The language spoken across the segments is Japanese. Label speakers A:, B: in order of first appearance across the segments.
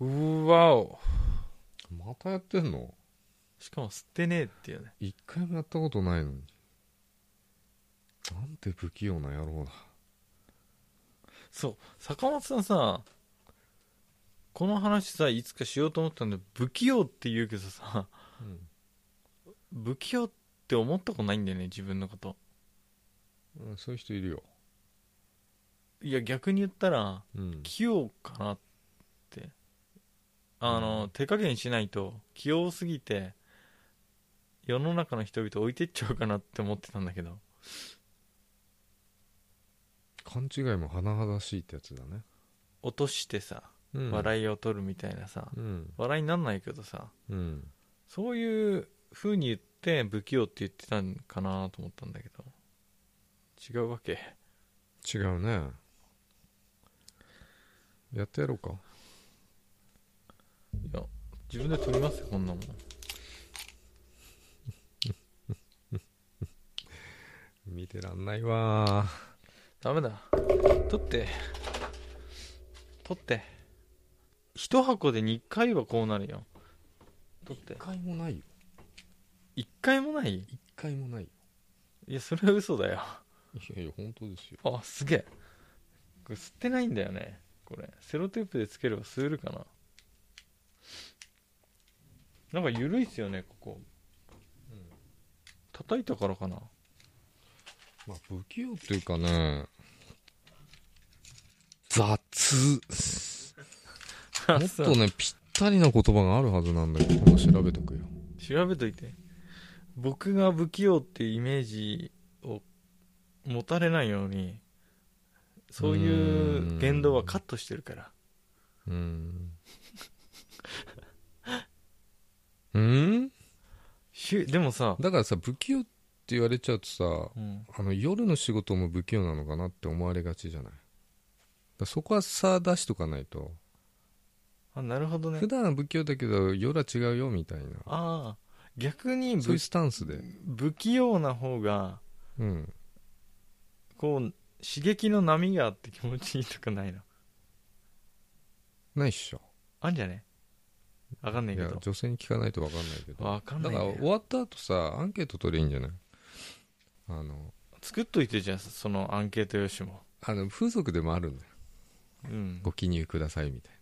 A: うわお
B: またやってんの
A: しかも捨てねえっていうね
B: 一回もやったことないのになんて不器用な野郎だ
A: そう坂本さんさこの話さいつかしようと思ったんで不器用って言うけどさ不器用って思ったことないんだよね自分のこと
B: うん、そういう人いるよ
A: いや逆に言ったら
B: うん
A: 器用かなってあの、
B: うん
A: 手加減しないと器用すぎて世の中の人々置いてっちゃうかなって思ってたんだけど
B: 勘違いも甚だしいってやつだね、
A: 落としてさ
B: うん、
A: 笑いを取るみたいなさ、
B: うん
A: 笑いになんないけどさ
B: うん
A: そういう風に言って不器用って言ってたんかなと思ったんだけど違うわけ
B: 違うねやってやろうか
A: いや自分で取りますよこんなもん
B: 見てらんないわ
A: ダメだ取って取って一箱で2回はこうなるよ取って
B: 一回もないよ
A: 1回もない
B: 一回もないよ
A: いやそれは嘘だよ
B: いやいや本当ですよ
A: あすげえこれ吸ってないんだよねこれセロテープでつければ吸えるかななんか緩いっすよねここ、
B: うん
A: 叩いたからかな
B: まあ不器用っていうかね雑 もっとねぴったりな言葉があるはずなんだけど今調べとくよ
A: 調べといて僕が不器用っていうイメージを持たれないようにそういう言動はカットしてるから
B: うーん うん
A: しゅでもさ、
B: だからさ不器用って言われちゃうとさ
A: うん、
B: あの夜の仕事も不器用なのかなって思われがちじゃないだからそこは差出しとかないと
A: あなるほどね
B: 普段は不器用だけど夜は違うよみたいな
A: ああ逆に
B: そうい
A: 不
B: うスタンスで
A: 不器用な方が
B: うん
A: こう刺激の波があって気持ちいいとかないの
B: ないっしょ
A: あんじゃねわかんないいけ
B: や
A: ど
B: 女性に聞かないと分かんないけど
A: わかんな
B: だ
A: い、
B: から
A: ね
B: 終、わった後さアンケート取ればいいんじゃないあの
A: 作っといてじゃあそのアンケート用紙も
B: あの風俗でもあるんだよ
A: うん
B: ご記入くださいみたい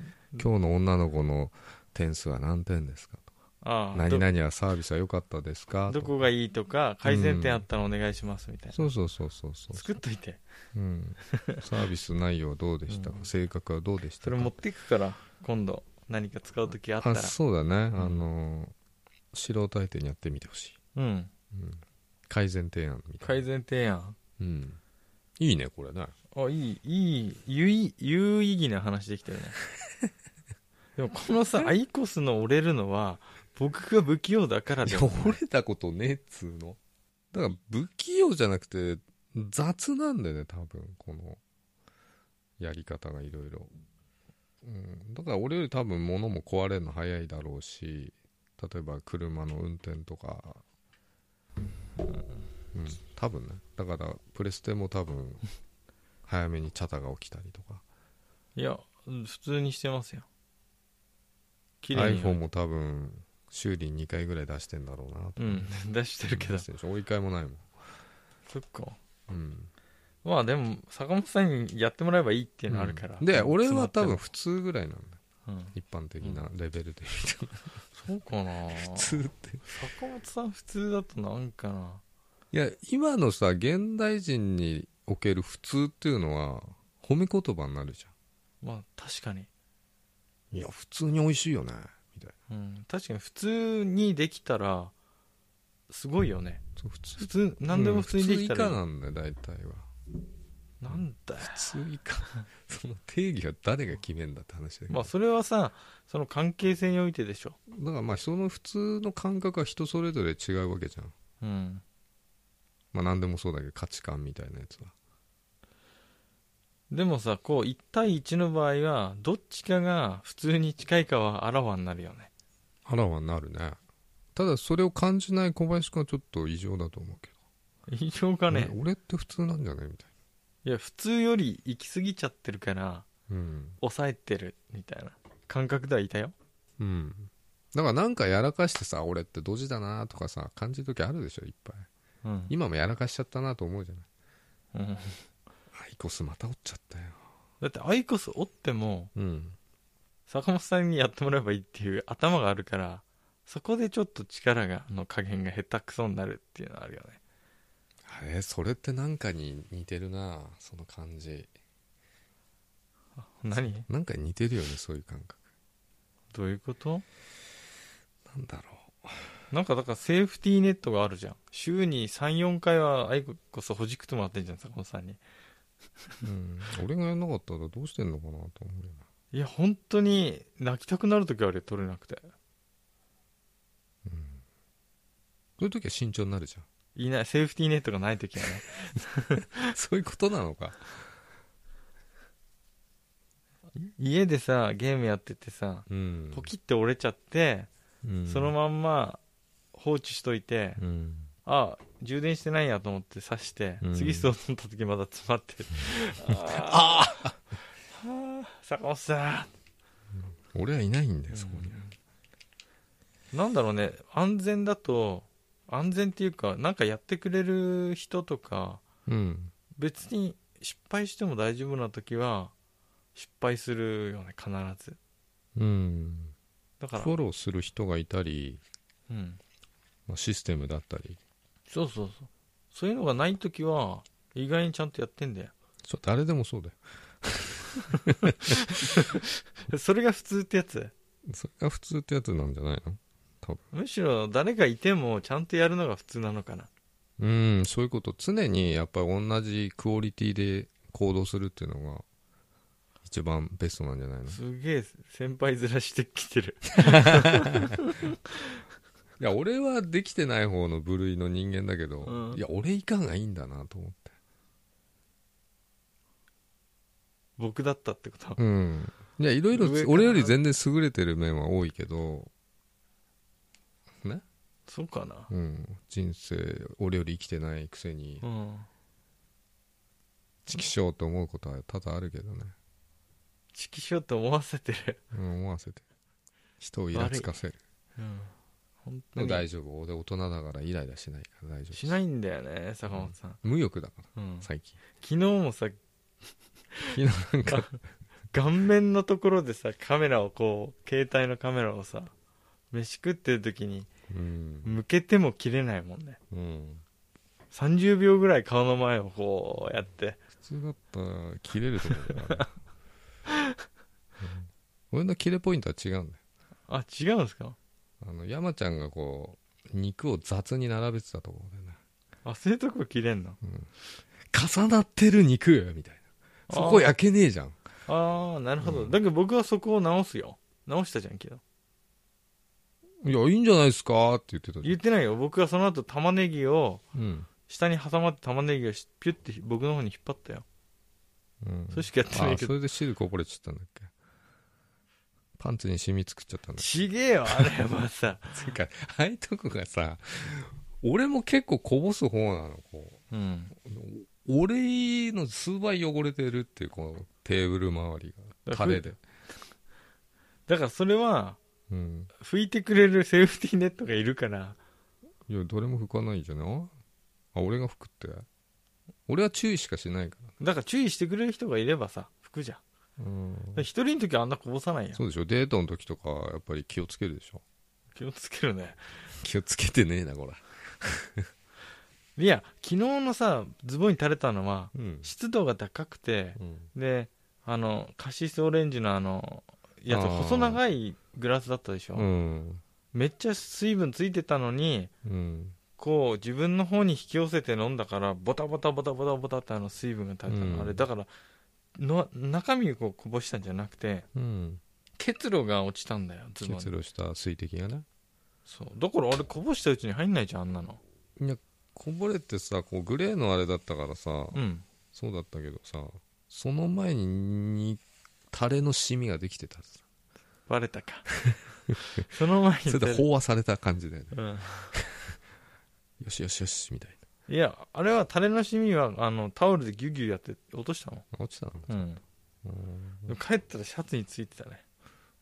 A: うん
B: な今日の女の子の点数は何点ですかとか
A: ああ
B: 何々はサービスは良かったですか
A: ど
B: と
A: ど
B: か
A: こがいいとか改善点あったらお願いしますみたいな、
B: そうそうそうそうそう
A: 作っといて
B: うん、サービス内容どうでしたか、
A: うん
B: 性格はどうでした
A: そ
B: か
A: れ持っていくから今度何か使う時あったら
B: あそうだね、あの素人相手にやってみてほしい、
A: うん
B: うん、改善提案みたい
A: 改
B: な、
A: 善提案
B: うん、いいねこれね
A: あいいいい有意有意義な話できて るねでもこのさアイコスの折れるのは僕が不器用だから
B: い
A: で
B: や
A: も
B: 折れたことねえっつうのだから不器用じゃなくて雑なんだよね多分このやり方がいろいろうんだから俺より多分物も壊れるの早いだろうし例えば車の運転とかうん、多分ねだからプレステも多分早めにチャタが起きたりとか
A: いやうん普通にしてますよ綺麗に
B: iPhone も多分修理2回ぐらい出してんだろうなと
A: うん 出してるけど
B: 出してるでしょ追い替えもないもん
A: そっか
B: うん
A: まあでも坂本さんにやってもらえばいいっていうのあるから、
B: で俺は多
A: 詰ま
B: 分
A: って
B: 普通ぐらいなんだ
A: も、うん、
B: 一般的なレベルで、
A: そうかな
B: 普通って
A: 坂本さん普通だとなんかない
B: や今のさ現代人における普通っていうのは褒め言葉になるじ
A: まあ確かに、
B: ゃんいや普通に美味しいよねみたいな
A: うん、確かに普通にできたらすごいよね
B: そう普通
A: 普通何でも普通にできたらいい、
B: うん普通以下なんだよ大体は
A: なんだよ
B: 普通 以下その定義は誰が決めんだって話だけど、
A: まあそれはさその関係性においてでしょ
B: だからまあその普通の感覚は人それぞれ違うわけじゃん
A: うん
B: まあ何でもそうだけど価値観みたいなやつは
A: でもさこう1対1の場合はどっちかが普通に近いかはあらわになるよね
B: あらはなるねただそれを感じない小林君はちょっと異常だと思うけど
A: 異常かね
B: 俺俺って普通なんじゃないみたい
A: いや普通より行き過ぎちゃってるから
B: なうん
A: 抑えてるみたいな感覚ではいたよ
B: うんだからなんかやらかしてさ俺ってドジだなとかさ感じる時あるでしょいっぱい
A: うん、
B: 今もやらかしちゃったなと思うじゃない
A: うん
B: アイコスまた折っちゃったよ
A: だってアイコス折っても
B: うん
A: 坂本さんにやってもらえばいいっていう頭があるからそこでちょっと力がの加減が下手くそになるっていうのはあるよね
B: えーそれってなんかに似てるなその感じ
A: 何
B: なんか似てるよねそういう感覚
A: どういうこと
B: なんだろ
A: なんかだからセーフティーネットがあるじゃん週に34回はアイコスほじくってもらってんじゃん坂本さんに
B: う、うん、俺がやんなかったらどうしてんのかなと思うよない
A: や本当に泣きたくなる時あるよ取れなくて
B: そういう時は慎重になるじ
A: いないセーフティーネットがない時はね
B: ゃん そういうことなのか
A: 家でさゲームやっててさ
B: うん
A: ポキって折れちゃって、
B: うん
A: そのまんま放置しといて、
B: うん
A: あ充電してないやと思って刺して、
B: うん
A: 次そう思った時まだ詰まってる あーはあ坂本さ
B: 俺はいないんだ
A: う
B: よ
A: ん
B: そこに、
A: んなんだろうね安全だと安全っていうかなんかやってくれる人とか
B: うん、
A: 別に失敗しても大丈夫な時は失敗するよね必ず
B: うん、
A: だから
B: フォローする人がいたり、
A: うん、
B: まあ、システムだったり
A: そうそうそうそういうのがない時は意外にちゃんとやってんだよ
B: そう誰でもそうだ よ
A: それが普通ってやつ
B: それが普通ってやつなんじゃないの
A: むしろ誰がいてもちゃんとやるのが普通なのかな
B: うんそういうこと常にやっぱり同じクオリティで行動するっていうのが一番ベストなんじゃないのい
A: すげえ先輩ずらしてきてる
B: や俺はできてない方の部類の人間だけど、
A: うん
B: いや俺いかがいいんだなと思って
A: 僕だったってこと、
B: うんいやいろいろ
A: 上から
B: 俺より全然優れてる面は多いけどね
A: そうかな
B: うん人生俺より生きてないくせに
A: うん
B: チキショーと思うことは多々あるけどね、
A: チキしようと思わせてる、
B: うん、思わせて人をイラつかせる
A: うん、本
B: で
A: 当
B: も大
A: に
B: 丈夫俺大人だからイライラしないから大丈夫
A: しないんだよね坂本さん、
B: 無欲だから
A: うん昨
B: 最近
A: 日もさ
B: 昨日なんか
A: 顔面のところでさカメラをこう携帯のカメラをさ飯食ってる時に
B: うん
A: 向けても切れないもんね
B: うん
A: 30秒ぐらい顔の前をこうやって
B: 普通だったら切れると思うけど あれうん俺の切れポイントは違うんだよ
A: あ違うんですか
B: あの山ちゃんがこう肉を雑に並べてたところでね
A: あそういうとこ切れんの
B: 重なってる肉みたいなそこ焼けねえじゃん
A: ああなるほど、
B: うん
A: だけど僕はそこを直すよ直したじゃんけど
B: いやいいんじゃないですかって言ってたじ
A: 言ってないよ僕はその後玉ねぎを
B: ゃんうん、
A: 下に挟まって玉ねぎをしピュッて僕の方に引っ張ったよ、
B: うん、
A: それしかやってな
B: あ
A: い
B: あ
A: け
B: そ
A: ど
B: れで汁こぼれちゃったんだっけパンツに染み作っちゃったんだっ
A: ちげえよあれはさ、
B: けつうかああいうとこがさ俺も結構こぼす方なのこ
A: うん、
B: う俺の数倍汚れてるっていうこのテーブル周りがタレで、
A: だからそれは
B: うん、
A: 拭いてくれるセーフティーネットがいるから
B: いやどれも拭かないじゃないあ俺が拭くって俺は注意しかしないか
A: だから注意してくれる人がいればさ拭くじゃん
B: ら、うん
A: だから一人の時はあんなこぼさないよ
B: そうでしょデートの時とかやっぱり気をつけるでしょ
A: 気をつけるね
B: 気をつけてねえなこれ
A: いや昨日のさズボンに垂れたのは
B: うん、
A: 湿度が高くて
B: うん
A: であのカシスオレンジのあのやつ
B: あー
A: 細長いグラスだったでしょ、
B: うん
A: めっちゃ水分ついてたのに
B: うん
A: こう自分の方に引き寄せて飲んだからボタボタボタボタボタってあの水分が垂れたの、
B: うん
A: あれだからの中身をこうこぼしたんじゃなくて
B: うん
A: 結露が落ちたんだよズボンに
B: 結露した水滴がね
A: そうだからあれこぼしたうちに入んないじゃんあんなの
B: こぼれてさこうグレーのあれだったからさ、
A: うん
B: そうだったけどさその前ににタレのシミができてた さ
A: バレた かその前に
B: それで飽和された感じだよね
A: うん
B: よしよしよしみたい
A: いやあれはタレのシミはあのタオルでギュギュやって落としたの
B: な落ちたの
A: うん
B: うん
A: でも帰ったらシャツについてたね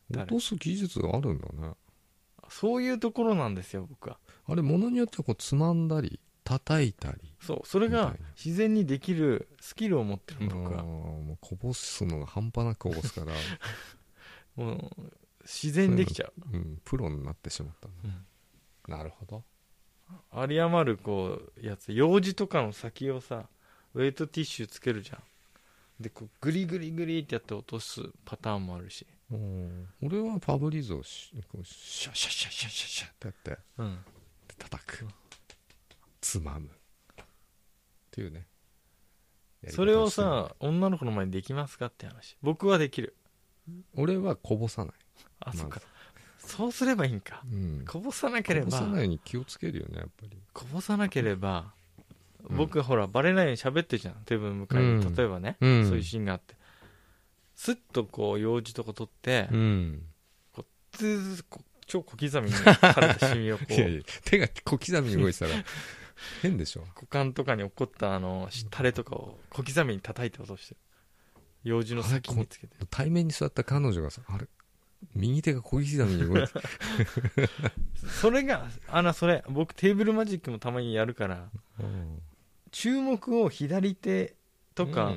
B: 落とす技術があるんだね
A: そういうところなんですよ僕は
B: あれ物によってはこうつまんだり叩いたり
A: そうそれ
B: み
A: が
B: たいな
A: 自然にできるスキルを持ってるの
B: あ
A: 僕
B: ー
A: は
B: もうこぼすのが半端なくこぼす から、
A: もう自然にできちゃう
B: うん、プロになってしまったね、なるほど
A: 有り余るこうやつ用事とかの先をさウェイトティッシュつけるじゃんでこうグリグリグリってやって落とすパターンもあるし
B: 俺はファブリーズをしこうシャシャシャシャシャシャってやってで
A: うん
B: 叩く
A: うん
B: つまむっていうねやり方
A: それを
B: してる
A: さ女の子の前にできますかって話僕はできる
B: 俺はこぼさない、
A: あ
B: まず
A: そっかそうすればいいんか
B: うん、
A: こぼさなければ
B: こぼさないように気をつけるよねやっぱり
A: こぼさなければ、
B: うん
A: 僕ほらバレないように喋ってるじゃん手分向かいに、
B: うん
A: 例えばね、
B: うん
A: そういうシーンがあってスッとこう用事とか取って、
B: うん
A: ずーずーこう超小刻みに垂れたシミをこう
B: いやいや手が小刻みに動いてたら変でしょ
A: 股間とかに起こったあのしタレとかを小刻みに叩いて落としてる用事の先につけて
B: 対面に座った彼女がさあれ右手が小刻みに動い てた
A: それがあのそれ僕テーブルマジックもたまにやるから
B: うん
A: 注目を左手と
B: う
A: か
B: ん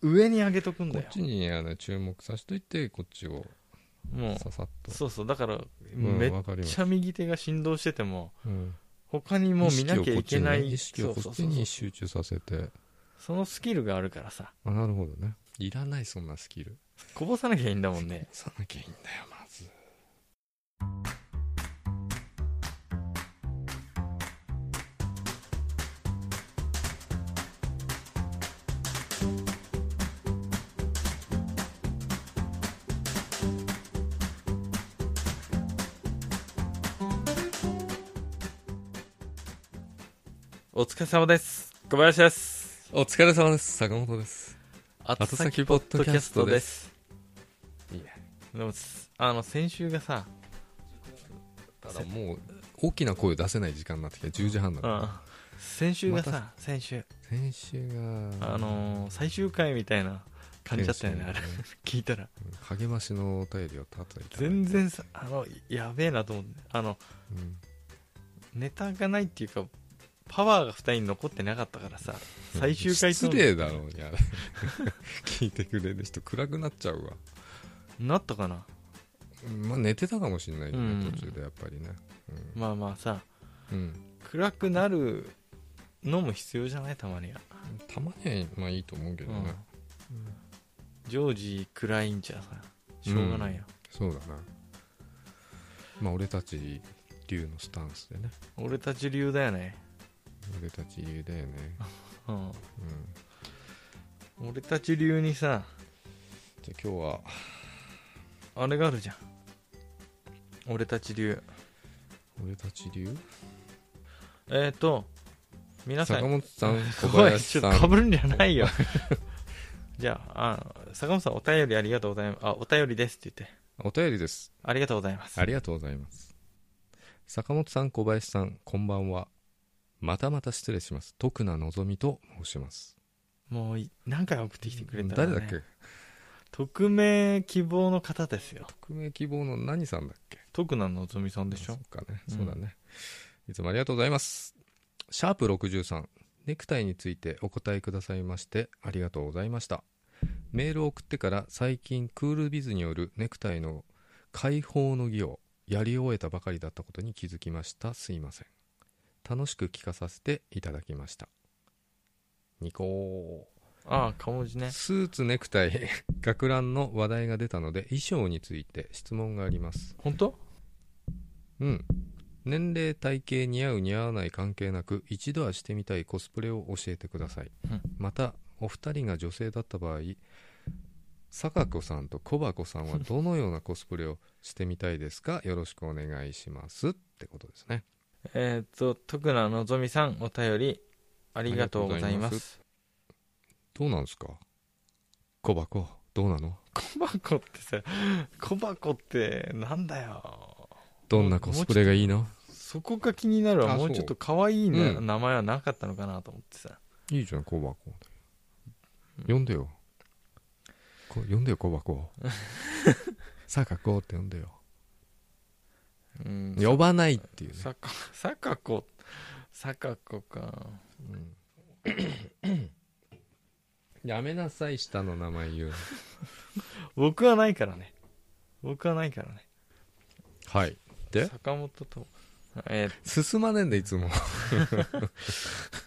B: うん
A: 上に上げとくん
B: こ
A: だ
B: っ
A: よ、
B: ちにあの注目させといてこっちを
A: もう
B: ささっと
A: そうそうだから、
B: うん
A: めっ
B: わかりま
A: ち
B: す
A: ゃ右手が振動してても
B: うん
A: 他にもう見なきゃいけない
B: 意識をこ
A: そ
B: っ
A: うそう
B: ち
A: そう
B: に集中させて
A: そのスキルがあるからさ
B: あなるほどねいらないそんなスキル
A: こぼさなきゃいいんだもんね
B: さなきゃいいんだよまず
A: お疲れ様です小林です
B: お疲れ様です坂本です
A: 後
B: 後先ポッドキャストです
A: す
B: いいね
A: でもあの先週がさ、
B: ただもう大きな声を出せない時間になってきて10時半な
A: う
B: の
A: ん、先週がさ、先週
B: 先週が
A: あのー最終回みたいな感じだったよねあれ
B: テンションが
A: 聞いたら
B: うん励ましのお便りをたたいただいて
A: 全然さあのやべえなと思ってあの
B: うん
A: ネタがないっていうかパワーが2人に残ってなかったからさ最終回と
B: 失礼だろうにあれ 聞いてくれる人暗くなっちゃうわ
A: なったかな
B: まあ寝てたかもしれないよね、
A: うん
B: 途中でやっぱりねうん、
A: まあまあさ
B: うん
A: 暗くなるのも必要じゃないたまには、
B: たまにはまあいいと思うけどね、
A: うん常時暗いんじゃさしょうがないよ、
B: そうだなまあ俺たち流のスタンスでね
A: 俺たち流だよね、
B: 俺たち流だよね、
A: うん、
B: うん、
A: 俺たち流にさ
B: じゃあ今日は
A: あれがあるじゃん俺たち流
B: 俺たち流
A: えっ、ー、と皆さ
B: 坂
A: ん
B: 本さん小
A: おい
B: 林
A: ちょ
B: さ
A: っとか
B: ん
A: ぶるんじゃないよ じゃああ坂本さんお便りありがとうございますあお便りですって言って
B: お便りです
A: ありがとうございます
B: ありがとうございます。坂本さん、小林さん、こんばんは。またまた失礼します。徳名のぞみと申します。
A: もうい何回送ってきてくれたの、ね、
B: 誰だっけ
A: 匿名希望の方ですよ
B: 匿名希望の何さんだっけ
A: 徳名のぞみさんでし
B: そ
A: ょ
B: っかね。
A: うん
B: そうだね。いつもありがとうございます。シャープ63、ネクタイについてお答えくださいまして、ありがとうございました。メールを送ってから最近クールビズによるネクタイの解放の儀をやり終えたばかりだったことに気づきましたすいません楽しく聞かさせていただきましたニコ
A: ああ顔文字
B: ー
A: ね
B: スーツネクタイ 学ランの話題が出たので衣装について質問があります
A: 本当
B: うん年齢体型似合う似合わない関係なく一度はしてみたいコスプレを教えてください、
A: うん
B: またお二人が女性だった場合坂子さんと小箱さんはどのようなコスプレをしてみたいですかよろしくお願いしますってことですね
A: えっ、と徳名のぞみさんお便りありがとうございま
B: ありがとうございますどうなんですか小箱どうなの
A: 小箱ってさ小箱ってなんだよ
B: どんなコスプレがいいの
A: そこが気になるわ
B: あ
A: もう
B: そう
A: ちょっと可愛いな、
B: うん
A: 名前はなかったのかなと思ってさ
B: いいじゃん小箱 呼んでよこ呼んでよ小箱好坂子って呼んでよ
A: うん
B: 呼ばないっていうね、
A: さかさかこさかこか
B: やめなさい下の名前言うの
A: 僕はないからね僕はないからね
B: はいで
A: 坂本とえ
B: 進まねえんだいつも
A: ー、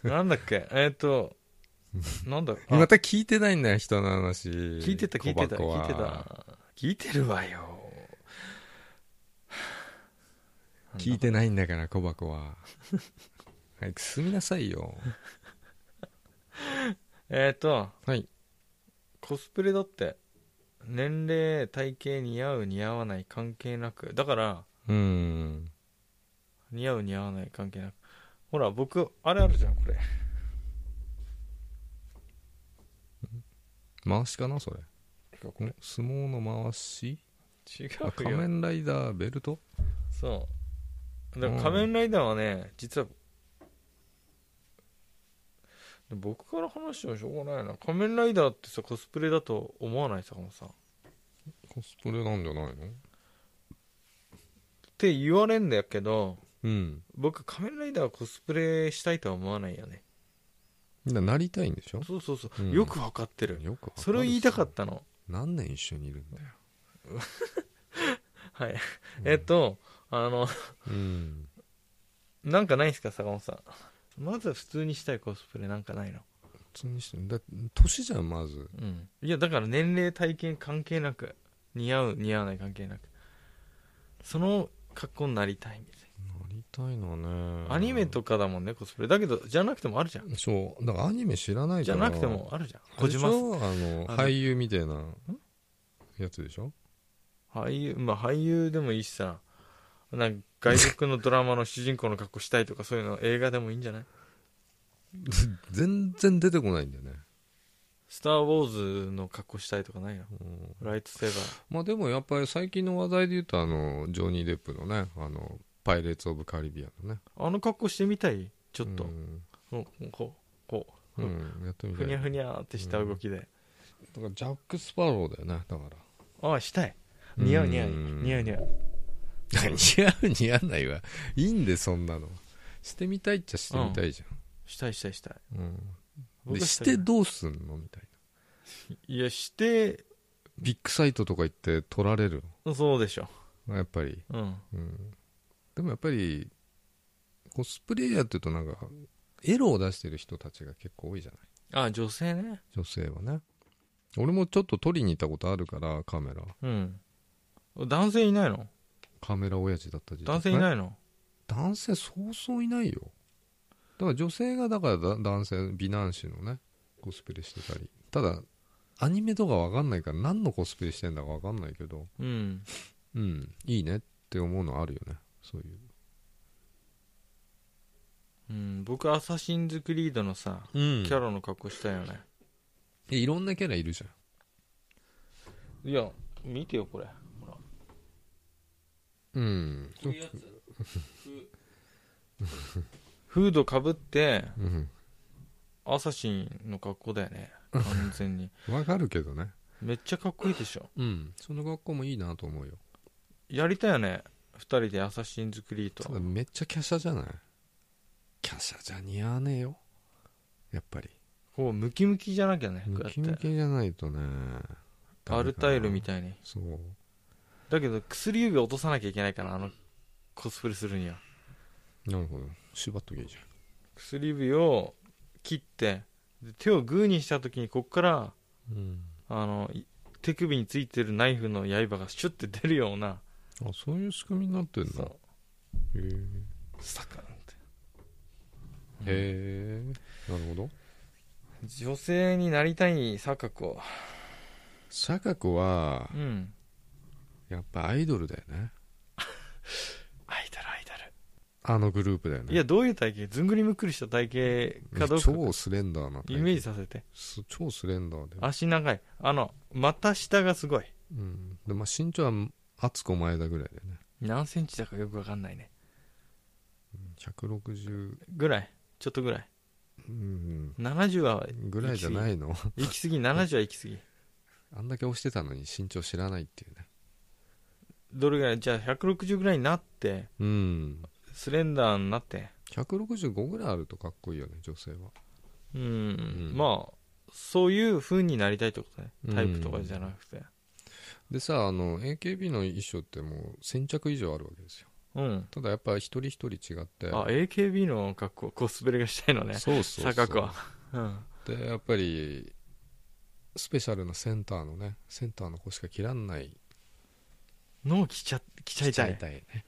A: なんだっけ えっ、となんだあ
B: また聞いてないんだよ人の話
A: 聞
B: 聞
A: いてた聞いてた聞いてた聞いてるわよ
B: 聞いてないんだから小箱は早く進みなさいよ
A: えっ、と
B: はい
A: コスプレだって年齢体型似合う似合わない関係なくだから
B: うーん
A: 似合う似合わない関係なくほら僕あれあるじゃんこれ
B: 回しかなそれ
A: これ
B: ん相撲の回し
A: 違
B: あ
A: う
B: 仮
A: よ
B: 面ライダーベルト
A: そうだから仮面ライダーはね実はで僕から話してもしょうがないな仮面ライダーってさコスプレだと思わない坂本さんっ
B: コスプレなんじゃないの
A: て言われんだけど
B: うん
A: 僕仮面ライダーはコスプレしたいとは思わないよね
B: みんななりたいんでしょ
A: そうそうそう、
B: うん
A: よくわかってる
B: よくわかるし
A: それを言いたかったの
B: 何年一緒にいるんだよ
A: はい、えっとあの
B: うん
A: なんかないですか坂本さんまずは普通にしたいコスプレなんかないの
B: 普通にしてだ年じゃんまず
A: うんいやだから年齢体験関係なく似合う似合わない関係なくその格好になりたいみたい
B: なりたいのはね
A: なアニメとかだもんねコスプレだけどじゃなくてもあるじゃん
B: そうだからアニメ知らない
A: じ
B: か
A: ゃ
B: ら
A: なくてもあるじゃん小
B: あれでし
A: 島
B: ょあの
A: あの
B: 俳優みたいなやつでしょ
A: 俳優まあ俳優でもいいしさなんか外国のドラマの主人公の格好したいとかそういうの映画でもいいんじゃない
B: 全然出てこないんだよね、
A: 「スター・ウォーズ」の格好したいとかないの
B: うん
A: ライトセーバー
B: まあでもやっぱり最近の話題で言うとあのジョニー・デップのねあのパイレーツ・オブ・カリビアンのね
A: あの格好してみたいち
B: ち
A: ょっと、うんこうこ
B: う、
A: うん
B: うんやって
A: う
B: みた
A: ふ
B: い
A: にゃ
B: だか
A: ふにゃーってした動きで、
B: らジャック・スパローだよねだから
A: ああしたい似合う似合う
B: うん
A: 似合う似合う
B: 似合う似合わないわいいんでそんなのしてみたいっちゃしてみたいじ
A: したいしたいしたい
B: ゃん、うん
A: 僕
B: で
A: は
B: し
A: い
B: てどうすんのみたいない
A: やして
B: ビッグサイトとか行って取られる
A: そうでしょ
B: のやっぱり
A: うん
B: うんでもやっぱりコスプレイヤーっていうとなんかエロを出してる人たちが結構多いじゃない
A: ああ女性ね
B: 女性はね俺もちょっと撮りに行ったことあるからカメラ
A: うん男性いないの
B: カメラ親父だった時代
A: 男性いないいの
B: 男性そうそういないよだから女性がだからだ男性美男子のねコスプレしてたりただアニメとかわかんないから何のコスプレしてんだかわかんないけど
A: うん
B: うんいいねって思うのあるよねそういう
A: うん僕アサシンズ・クリードのさ
B: うん
A: キャラの格好したいよね、
B: いろんなキャラいるじゃん
A: いや見てよこれほら
B: うん
A: こういうやつフードかぶって
B: うん
A: アサシンの格好だよね完全に
B: わかるけどね
A: めっちゃかっこいいでしょ
B: うんその学校もいいなと思うよ
A: やりたいよね2人でアサシンズ・クリー
B: ただ
A: ド
B: めっちゃ華奢じゃない華奢じゃ似合わねえよやっぱり
A: こうムキムキじゃなきゃね
B: ム
A: こうやっ
B: キ
A: て
B: ムキじゃないとね
A: アルタイルみ
B: たい
A: たいに
B: そう
A: だけど薬指落とさなきゃいけないからあのコスプレするには
B: なるほど縛っとけばいいじ
A: 薬指を切ってで手をグーにした時にこっから
B: ゃん、うん、
A: あのい手首についてるナイフの刃がシュッて出るような
B: あそういう仕組みになってん
A: そ
B: だへ
A: う
B: えへ
A: サカンって
B: えなるほど
A: 女性になりたい錯覚を
B: 坂子は
A: うん
B: やっぱアイドルだよね
A: アイドルアイド
B: あのグループだよね
A: ルいやどういう体型ずんぐりむっくりした体型かどうか
B: 超スレンダーな
A: イメージさせて
B: す超スレンダーで
A: 足長いあの股下がすごい
B: うんでまあ、身長は敦子前田ぐらいだよね
A: 何センチだかよくわかんないね
B: 160
A: ぐらいちょっとぐらい
B: うん
A: 70は
B: ぐらいじゃな いの
A: 行き過ぎ70は行き過ぎ
B: あんだけ押してたのに身長知らないっていうね
A: どれぐらいじゃあ160ぐらいになって
B: うん
A: スレンダーになって
B: 165ぐらいあるとかっこいいよね女性は
A: うん、
B: ん
A: まあそういう風になりたいってことねタイプとかじゃなくて
B: でさあの AKB の衣装ってもう先着以上あるわけですよ
A: うん、
B: ただやっぱ一人一人違って
A: あ AKB の格好コスプレがしたいのね
B: そうそうそう
A: 坂はうん
B: でやっぱりスペシャルなセンターのねセンターの子しか切らんない
A: のを着ちゃ着ちゃいたい
B: いね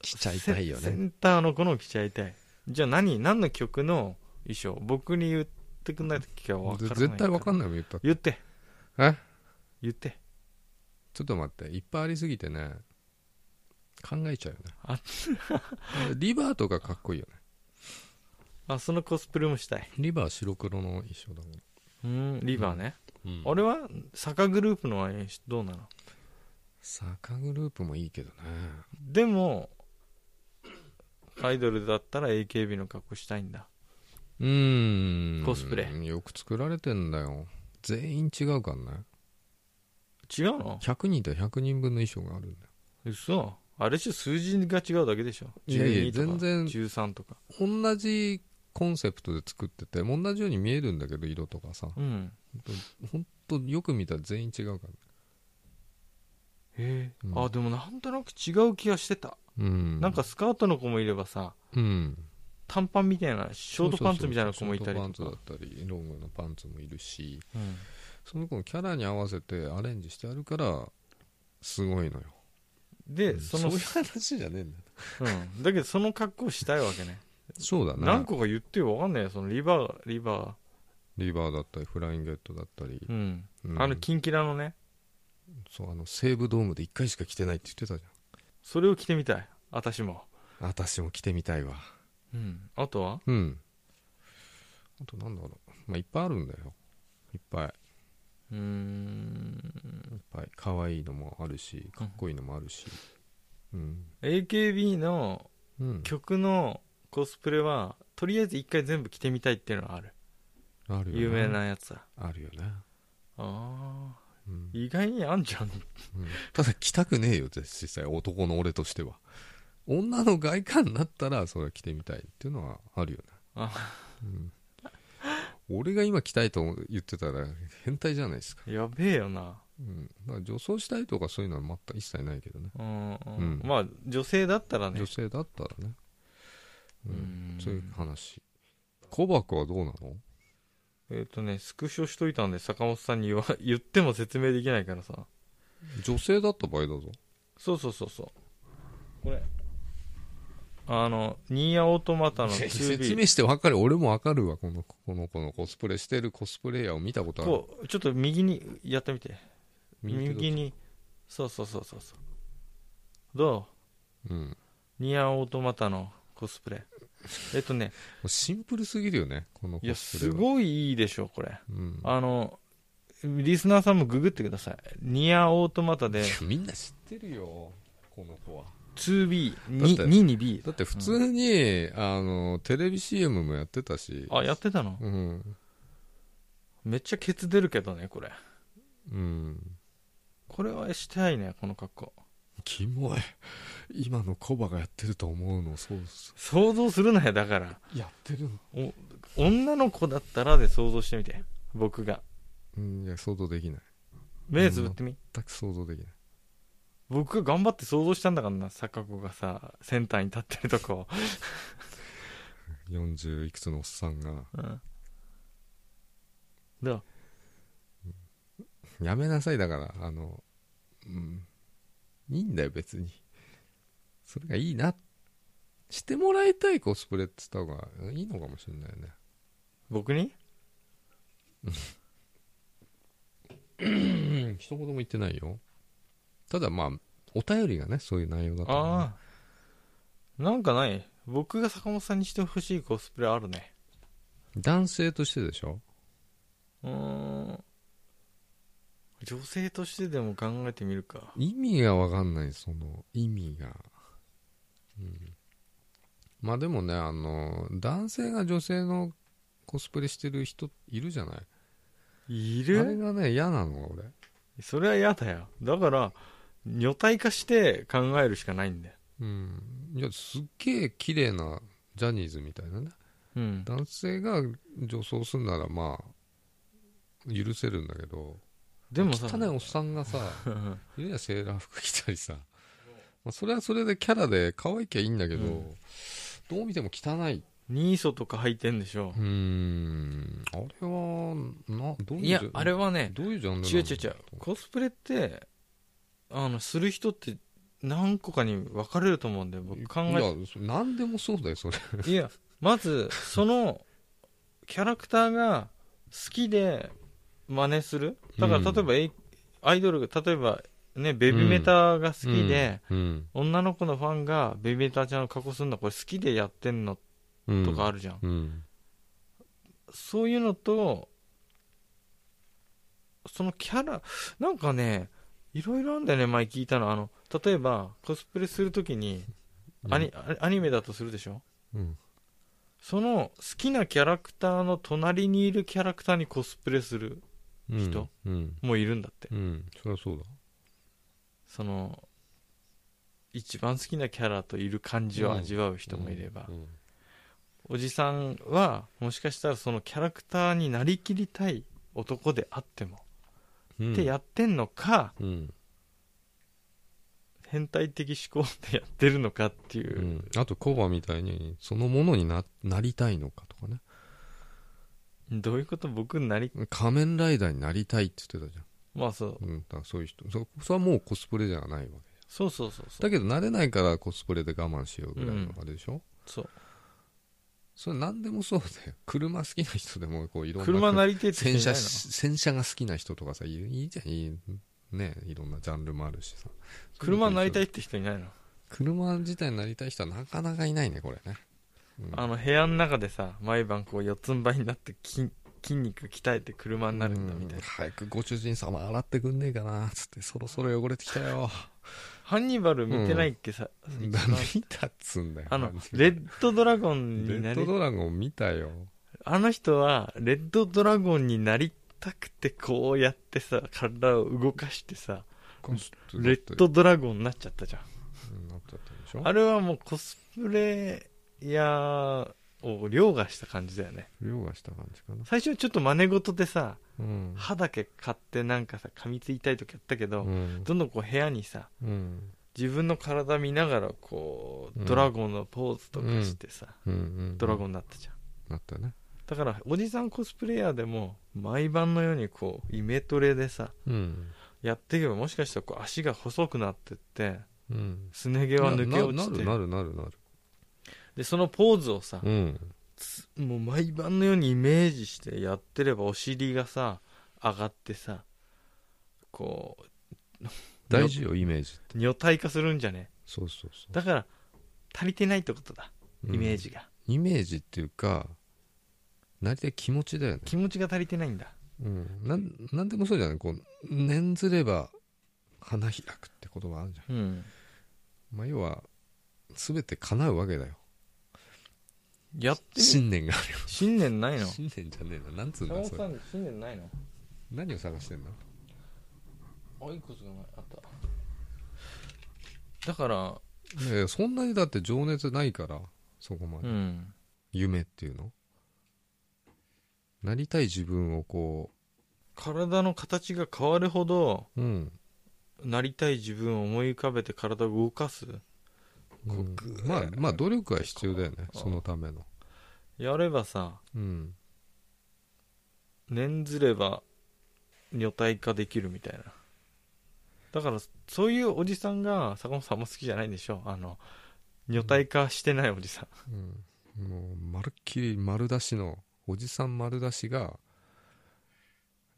B: 着ちゃいたいよ
A: セセ
B: ね
A: ンターのこのを着ちゃいたいじゃあ何何の曲の衣装僕に言ってくんない時は分からない
B: 絶対わかん
A: い
B: ないもん言ったって
A: 言って
B: え
A: 言って
B: ちょっと待っていっぱいありすぎてね考えちゃうよ
A: あ
B: ね リバーとかかっこいいよね
A: あそのコスプレもしたい
B: リバー白黒の衣装だもん、
A: うんリバーね、
B: うん
A: 俺は坂グループの演出どうなの
B: 坂グループもいいけどね
A: でもアイドルだったら AKB の格好したいんだ
B: うーん
A: コスプレ
B: よく作られてんだよ全員違うからね
A: 違うの
B: 100人で100人分の衣装があるんだよ
A: 嘘あれじゃ数字が違うだけでしょ
B: いやいや
A: 12とか
B: 全然
A: 13とか
B: 同じコンセプトで作ってて同じように見えるんだけど色とかさ
A: うん
B: 本当よく見たら全員違うからね
A: へえ、
B: うん
A: あでもなんとなく違う気がしてた、
B: うん
A: なんかスカートの子もいればさ
B: うん
A: 短パンみたいなショートパンツみたいな子もいたり
B: そうそ
A: と
B: うそう
A: か
B: ショートパンツだったりロングのパンツもいるし
A: うん
B: その子のキャラに合わせてアレンジしてあるからすごいのよ
A: で、
B: うん
A: その
B: そう いう話じゃねえんだよ
A: うん、だけどその格好したいわ けね
B: そうだ
A: 何
B: な
A: 個か言ってよわかんないよそのリバーリバ
B: リバーだったりフライングゲットだったり
A: ー、、うん
B: うん
A: あのキンキラのね
B: そうあの西武ドームで1回しか着てないって言ってたじ
A: それを着てみたい私も、
B: ゃん私も着てみたいわ
A: うん、あとは
B: うんあとなんだろうまあいっぱいあるんだよいっぱいう
A: ーん
B: いっぱい可愛いのもあるしかっこいいのもあるしうん、
A: AKB の
B: うん、
A: 曲のコスプレはとりあえず一回全部着てみたいっていうのはある
B: あるよね
A: 有名なやつだ
B: あるよね、
A: ああ
B: うん
A: 意外にあんじゃん
B: うんただ着たくねえよ実際男の俺としては女の外観になったらそれは着てみたいっていうのはあるよね
A: あ
B: うん俺が今着たいと言ってたら変態じゃないですか,、
A: やべえよな
B: うん、だから女装したいとかそういうのは全く一切ないけどね
A: うん、
B: ん
A: まあ女性だったらね
B: 女性だったらね、うん
A: うん
B: そういう話小箱はどうなの
A: えっ、とねスクショしといたんで坂本さんに言わ 言っても説明できないからさ
B: 女性だった場合だぞ
A: そうそうそうそうこれあのニーヤオートマ タの
B: 説
A: 2B
B: 明して分かる俺も分かるわこのこの子のコスプレしてるコスプレイヤーを見たことある
A: こうちょっと右にやってみて
B: 手どっち
A: 右にそうそうそうそうそうど
B: うんも
A: うニーヤオートマタのコスプレえっと ね
B: うシンプルすぎるよねこの
A: いや
B: コスプ
A: す
B: レは
A: ごいいいでしょこれ
B: うん
A: あのリスナーさんもググってくださいニーヤオートマタで
B: いやみんな知ってるよこの子は
A: 2B
B: だって
A: 22B
B: だって普通に、あのテレビ CM もやってたし
A: あやってたの
B: うん
A: めっちゃケツ出るけどねこれ
B: うん
A: これはしたいねこの格好
B: キモい今のコバがやってると思うのそう
A: 想像するなよだから
B: やってる
A: お女の子だったらで想像してみて僕が
B: うんいや想像できない
A: 目つぶってみ、
B: 全く想像できない
A: 僕が頑張って想像したんだからな坂子がさセンターに立ってるとこ、
B: 40いくつのおっさんが
A: うん、どう
B: やめなさいだからあのうんいいんだよ別にそれがいいなしてもらいたいコスプレって言った方がいいのかもしれないね
A: 僕に
B: うん一言も言ってないよただまあお便りがねそういう内容だったらね
A: ああなんかない僕が坂本さんにしてほしいコスプレあるね
B: 男性としてでしょ
A: うーん女性としてでも考えてみるか
B: 意味が分かんないその意味が、うん、まあでもねあの男性が女性のコスプレしてる人いるじゃない
A: い
B: あれ
A: る
B: がね嫌なの俺
A: それは嫌だよだから女体化して考えるしかないんだよ
B: うんいやすっげえ綺麗なジャニーズみたいなね
A: うん
B: 男性が女装するならまあ許せるんだけど
A: でもさ
B: 汚いおっさん がさ
A: うん
B: いるやんセーラー服着たりさ、まあ、それはそれでキャラで可愛きゃいいんだけど、
A: うん
B: どう見ても汚い
A: ニーソとか履いてんでしょ
B: うーんあれはなどういう
A: いや
B: ジャ
A: あれはね
B: どういうジャンルなの
A: 違う違う違うコスプレってあのする人って何個かに分かれると思うんだよ僕考え
B: いやそ何でもそうだよそれ
A: いやまずそのキャラクターが好きで真似するだから
B: うん
A: 例えば、えいアイドルが例えばねベビーメタが好きで、、
B: うん
A: 女の子のファンがベビーメタちゃんを加工するのこれ好きでやってんの
B: うん、
A: とかあ
B: る
A: るじゃん、
B: うん
A: そういうのとそのキャラなんかねいろいろあんだよね前聞いたのあの例えばコスプレするときにアニ,、アニメだとするでしょ
B: うん
A: その好きなキャラクターの隣にいるキャラクターにコスプレする人
B: うん、
A: もういるんだって
B: うん、そりゃそうだ
A: その一番好きなキャラといる感じを味わう人もいれば、
B: うん
A: おじさんはもしかしたらそのキャラクターになりきりたい男であっても、
B: うん
A: ってやってんのか
B: うん
A: 変態的思考でやってるのかっていうう、
B: ん、あとコバみたいにそのものにななりたいのかとかね
A: どういうこと僕なり
B: 仮面ライダーになりたいって言ってたじ
A: まあそう
B: ゃん、うん、だからそういう人そそれはもうコスプレじゃないわけ
A: そうそうそうそう
B: だけど慣れないからコスプレで我慢しようぐらいのあれでしょ、
A: そう
B: それ何でもそうだよ車好きな人でもこういろんな
A: 車なりてえって人いな
B: 戦
A: い
B: 車
A: の
B: 戦車が好きな人とかさいるいいじゃんいいねいろんなジャンルもあるしさ
A: 車なりたい
B: い
A: って人いないの、
B: 車自体になりたい人はなかなかいないねこれね、うん
A: あの部屋の中でさ毎晩こう四つん這いになって筋筋肉鍛えて車になるんだみたいな、
B: うん早くご主人様洗ってくんねえかなつってそろそろ汚れてきたよ
A: ハンニバル見てないっけさ、
B: 見
A: 一番
B: たっつんだよ
A: あの
B: マジで
A: レッドドラゴン
B: レ
A: にな
B: ッ
A: り
B: ドドラゴン見たよ
A: あの人はレッドドラゴンになりたくてこうやってさ体を動かしてさレッドドラゴンになっちゃったじゃん
B: うんなっちゃったでしょ
A: あれはもうコスプレイヤーを凌駕した感じだよね
B: 凌駕した感じかな
A: 最初ちょっと真似事でさ
B: うん
A: 歯だけ買ってなんかさ噛みついたい時やったけど、
B: うん
A: どんどんこう部屋にさ
B: うん
A: 自分の体見ながらこう
B: うん
A: ドラゴンのポーズとかしてさ、
B: うんうん
A: ドラゴンになったじゃん
B: なったね
A: だからおじさんコスプレイヤーでも毎晩のようにこうイメトレでさ
B: うん
A: やっていけばもしかしたらこう足が細くなってって
B: うん
A: すね毛は抜け落
B: な
A: ちて
B: なるなるなるなる
A: でそのポーズをさ、
B: うん
A: つもう毎晩のようにイメージしてやってればお尻がさ上がってさこ
B: 大事よイメージ
A: う女体化するんじゃね
B: そうそうそう
A: だから足りてないってことだ
B: うん
A: イメージが、
B: イメージっていうかなりたい気持ちだよね
A: 気持ちが足りてないんだ
B: うん、なんなんでもそうじゃないこう念ずれば花開くって言葉あるじゃ
A: うん
B: ん、まあ、要は全て叶うわけだよ
A: やってみ
B: 信念があ
A: 新年ない
B: る
A: の
B: よ信念じゃねえななんつうん
A: 坂
B: だ
A: 本
B: そ
A: さ
B: れ
A: ん新年ないの
B: 何を探してんの
A: あ一個しかないあっただから
B: いやいやそんなにだって情熱ないからそこま
A: う
B: で、
A: ん
B: 夢っていうのなりたい自分をこ
A: 体の形が変わるほど
B: ううん、
A: なりたい自分を思い浮かべて体を動かす
B: うん
A: こぐ
B: まあまあ努力は必要だよね
A: あ
B: そのための
A: やればさ
B: うん
A: 念ずれば女体化できるみたいなだからそういうおじさんが坂本さんも好きじゃないんでしょあの女体化してないおじさん、
B: うん、もうまるっきり丸出しのおじさん丸出しが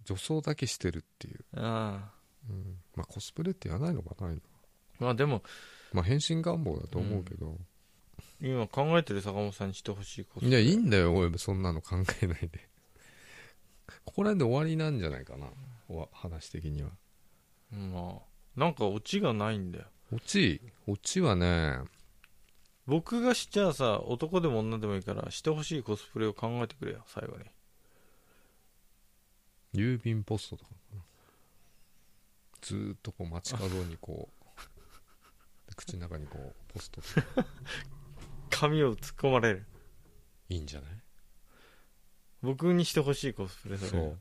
B: 女装だけしてるっていう、
A: あ
B: うんまあ、コスプレって言わないのかな今
A: あまあでも
B: まあ変身願望だと思うけど、
A: 今考えてる坂本さんにしてほしいこと
B: いやいいんだよ俺そんなの考えないで ここら辺で終わりなんじゃないかなお話的には
A: まあなんかオチがないんだよ
B: オチオチはね
A: 僕がしちゃあさ男でも女でもいいからしてほしいコスプレを考えてくれよ最後に
B: 郵便ポストとかかなずーっとこう街角にこう で口の中にこうポス トって
A: 髪を突っ込まれる
B: いいんじゃない
A: 僕にしてほしいコスプレそれ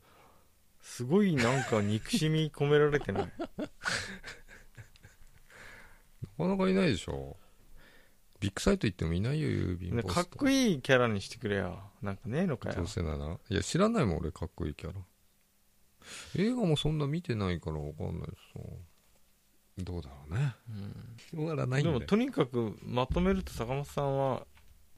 A: すごいなんか憎しみ込められてない
B: なかなかいないでしょビッグサ イト行ってもいないよ郵便ポスト
A: かっこいいキャラにしてくれよなんかねえのか
B: ど
A: よ
B: うせならいや知らないもん俺かっこいいキャラ映画もそんな見てないからわかんないですどうだろうね広がらないん
A: で
B: だよ
A: もとにかくまとめると坂本さんは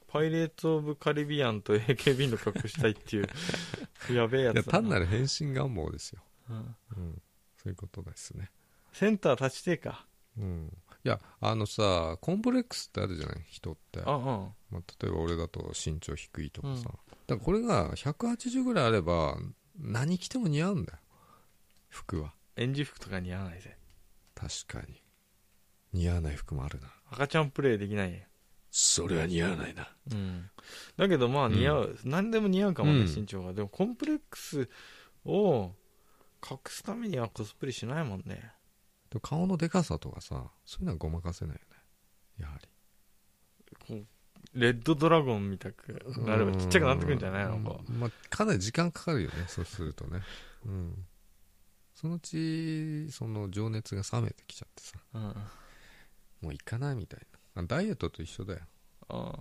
A: パイレーツ・オブ・カリビアンと AKB の格好したいっていう やべえや
B: いや
A: つだ
B: 単なる変身願望ですよ、
A: うん
B: うん、そういうことですね
A: センター立ちてえか
B: うんいやあのさコンプレックスってあるじゃない人って
A: あうん
B: まあ、例えば俺だと身長低いとかさ、だからこれが180ぐらいあれば何着ても似合うんだよ服は
A: 演じ服とか似合わないぜ
B: 確かに似合わない服もあるな
A: 赤ちゃんプレイできないよ
B: それは似合わないな
A: うん、だけどまあ似合う、何でも似合うかもね、
B: うん
A: 身長がでもコンプレックスを隠すためにはコスプレしないもんね
B: でも顔のでかさとかさそういうのはごまかせないよねやはり
A: こうレッドドラゴンみたくなればちっちゃくなってくんじゃないのか
B: うんまあ、かなり時間かかるよねそうするとねうんそのうちその情熱が冷めてきちゃってさ
A: うん、
B: もういかないみたいなあダイエットと一緒だよ
A: あ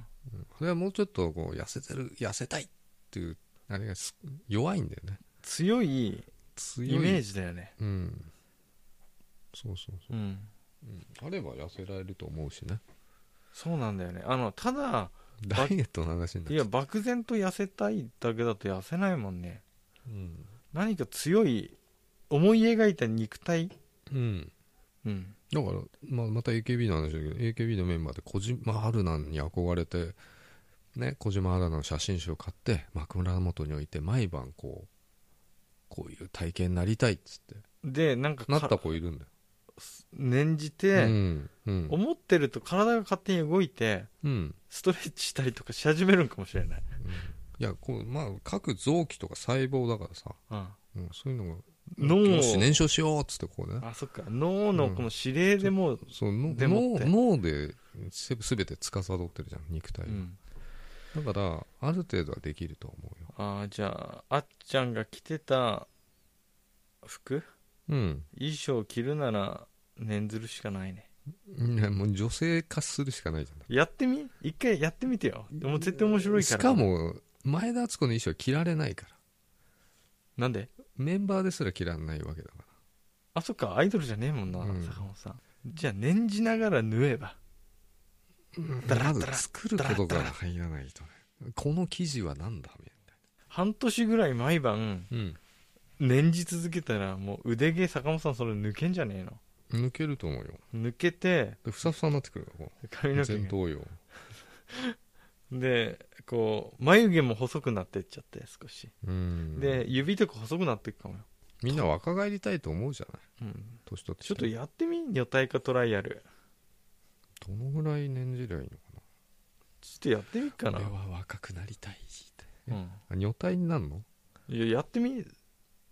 B: それはもうちょっとこう痩せてる痩せたいっていうあれがす弱いんだよね
A: 強い
B: 強い
A: イメージだよね
B: うんそうそうそ
A: うん
B: う、うん、あれば痩せられると思うしね
A: そうなんだよねあのただ
B: ダイエットの話になっ
A: い
B: ち
A: や
B: ゃう
A: 漠然と痩せたいだけだと痩せないもんね
B: うん、
A: 何か強い思い描いた肉体
B: うん、
A: うん
B: だから、まあ、また AKB の話だけど AKB のメンバーで小島春菜に憧れてね小島春菜の写真集を買って幕村元に置いて毎晩こうこういう体型になりたいっつって
A: でなんか
B: なっ
A: か
B: た子いるんだよ、
A: 念じて、
B: うんうん
A: 思ってると体が勝手に動いて
B: うん
A: ストレッチしたりとかし始めるんかもしれない、
B: いやこうまあ各臓器とか細胞だからさ、
A: うん、
B: うん、そういうのが
A: 脳
B: よし燃焼しようっつってこうね
A: あそっか脳のこの指令でもう、
B: そうの
A: でもって
B: 脳脳です全て司ってるじゃん肉
A: う
B: 体が、
A: ん
B: だからある程度はできると思うよ
A: ああじゃああっちゃんが着てた服
B: うん
A: 衣装着るなら念ずるしかないね
B: いやもう女性化するしかないじゃんだか
A: やってみ一回やってみてよでも絶対面白
B: ら
A: いか
B: し
A: ら
B: かも前田敦子の衣装は着られないから
A: なんで
B: メンバーですら着られないわけだか
A: あそっかアイドルじゃねえもんな、
B: うん
A: 坂本さんじゃあ念じながら縫えばダ
B: ら
A: ラ
B: ま
A: ダ
B: ず
A: ラ
B: 作ることから入らないとねこの生地はなんだみ
A: 半年ぐらい毎晩
B: たいな
A: 念じ続けたらもう腕毛坂本さんそれ抜けんじゃねえの
B: うん抜けると思うよ
A: 抜けて
B: でふさふさになってくるよ
A: 髪の毛
B: 前
A: が
B: 頭葉
A: でこう眉毛も細くなってっちゃって少し
B: うん
A: で指とか細くなっていくかもよ、
B: みんな若返りたいと思うじゃない
A: うん、
B: 年取ってき
A: ちょ
B: て
A: っとやってみ女体化トライアル
B: どのぐらい念じりゃいいのか
A: ちょっとやってみっか
B: な
A: な、
B: 俺は若くなりたいって
A: うん、
B: あ女体になるの
A: いややってみ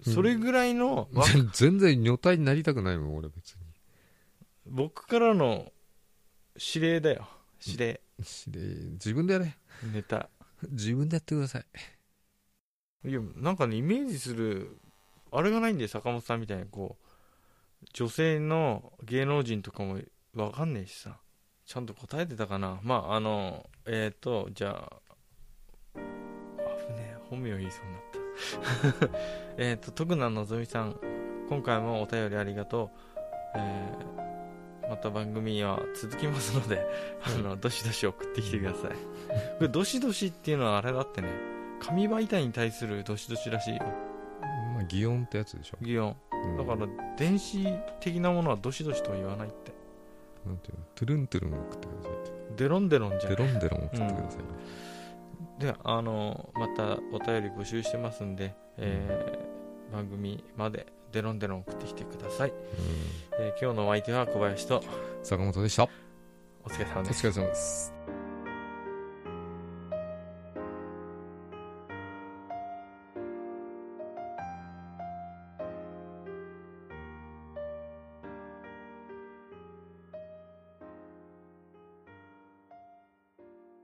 A: それぐらいの、わ
B: 全然女体になりたくないもん俺別に
A: 僕からの指令だよ指令、
B: しで自分でやれ
A: ネタ
B: 自分でやってください
A: いやなんかねイメージするあれがないんで坂本さんみたいにこう女性の芸能人とかもわかんねえしさちゃんと答えてたかなまああのえっ、ー、とじゃあ危ねえ本名言いそうになった えっと徳南のぞみさん今回もお便りありがとう、えーまた番組は続きますので あのどしどし送ってきてくださいこれどしどしっていうのはあれだってね紙媒体に対するどしどしらしいよ
B: まあ擬音ってやつでしょ、
A: 擬音
B: うん
A: だから電子的なものはどしどしとは言わないって
B: なんていうのトゥルントゥルン送ってくださいって
A: デロンデロンじゃん
B: デロンデロン送ってください、
A: であのまたお便り募集してますんで、えー番組までデロンデロン送ってきてください、えー今日のお相手は小林と
B: うん坂本でした
A: お疲れ様
B: お
A: です
B: 疲れ様です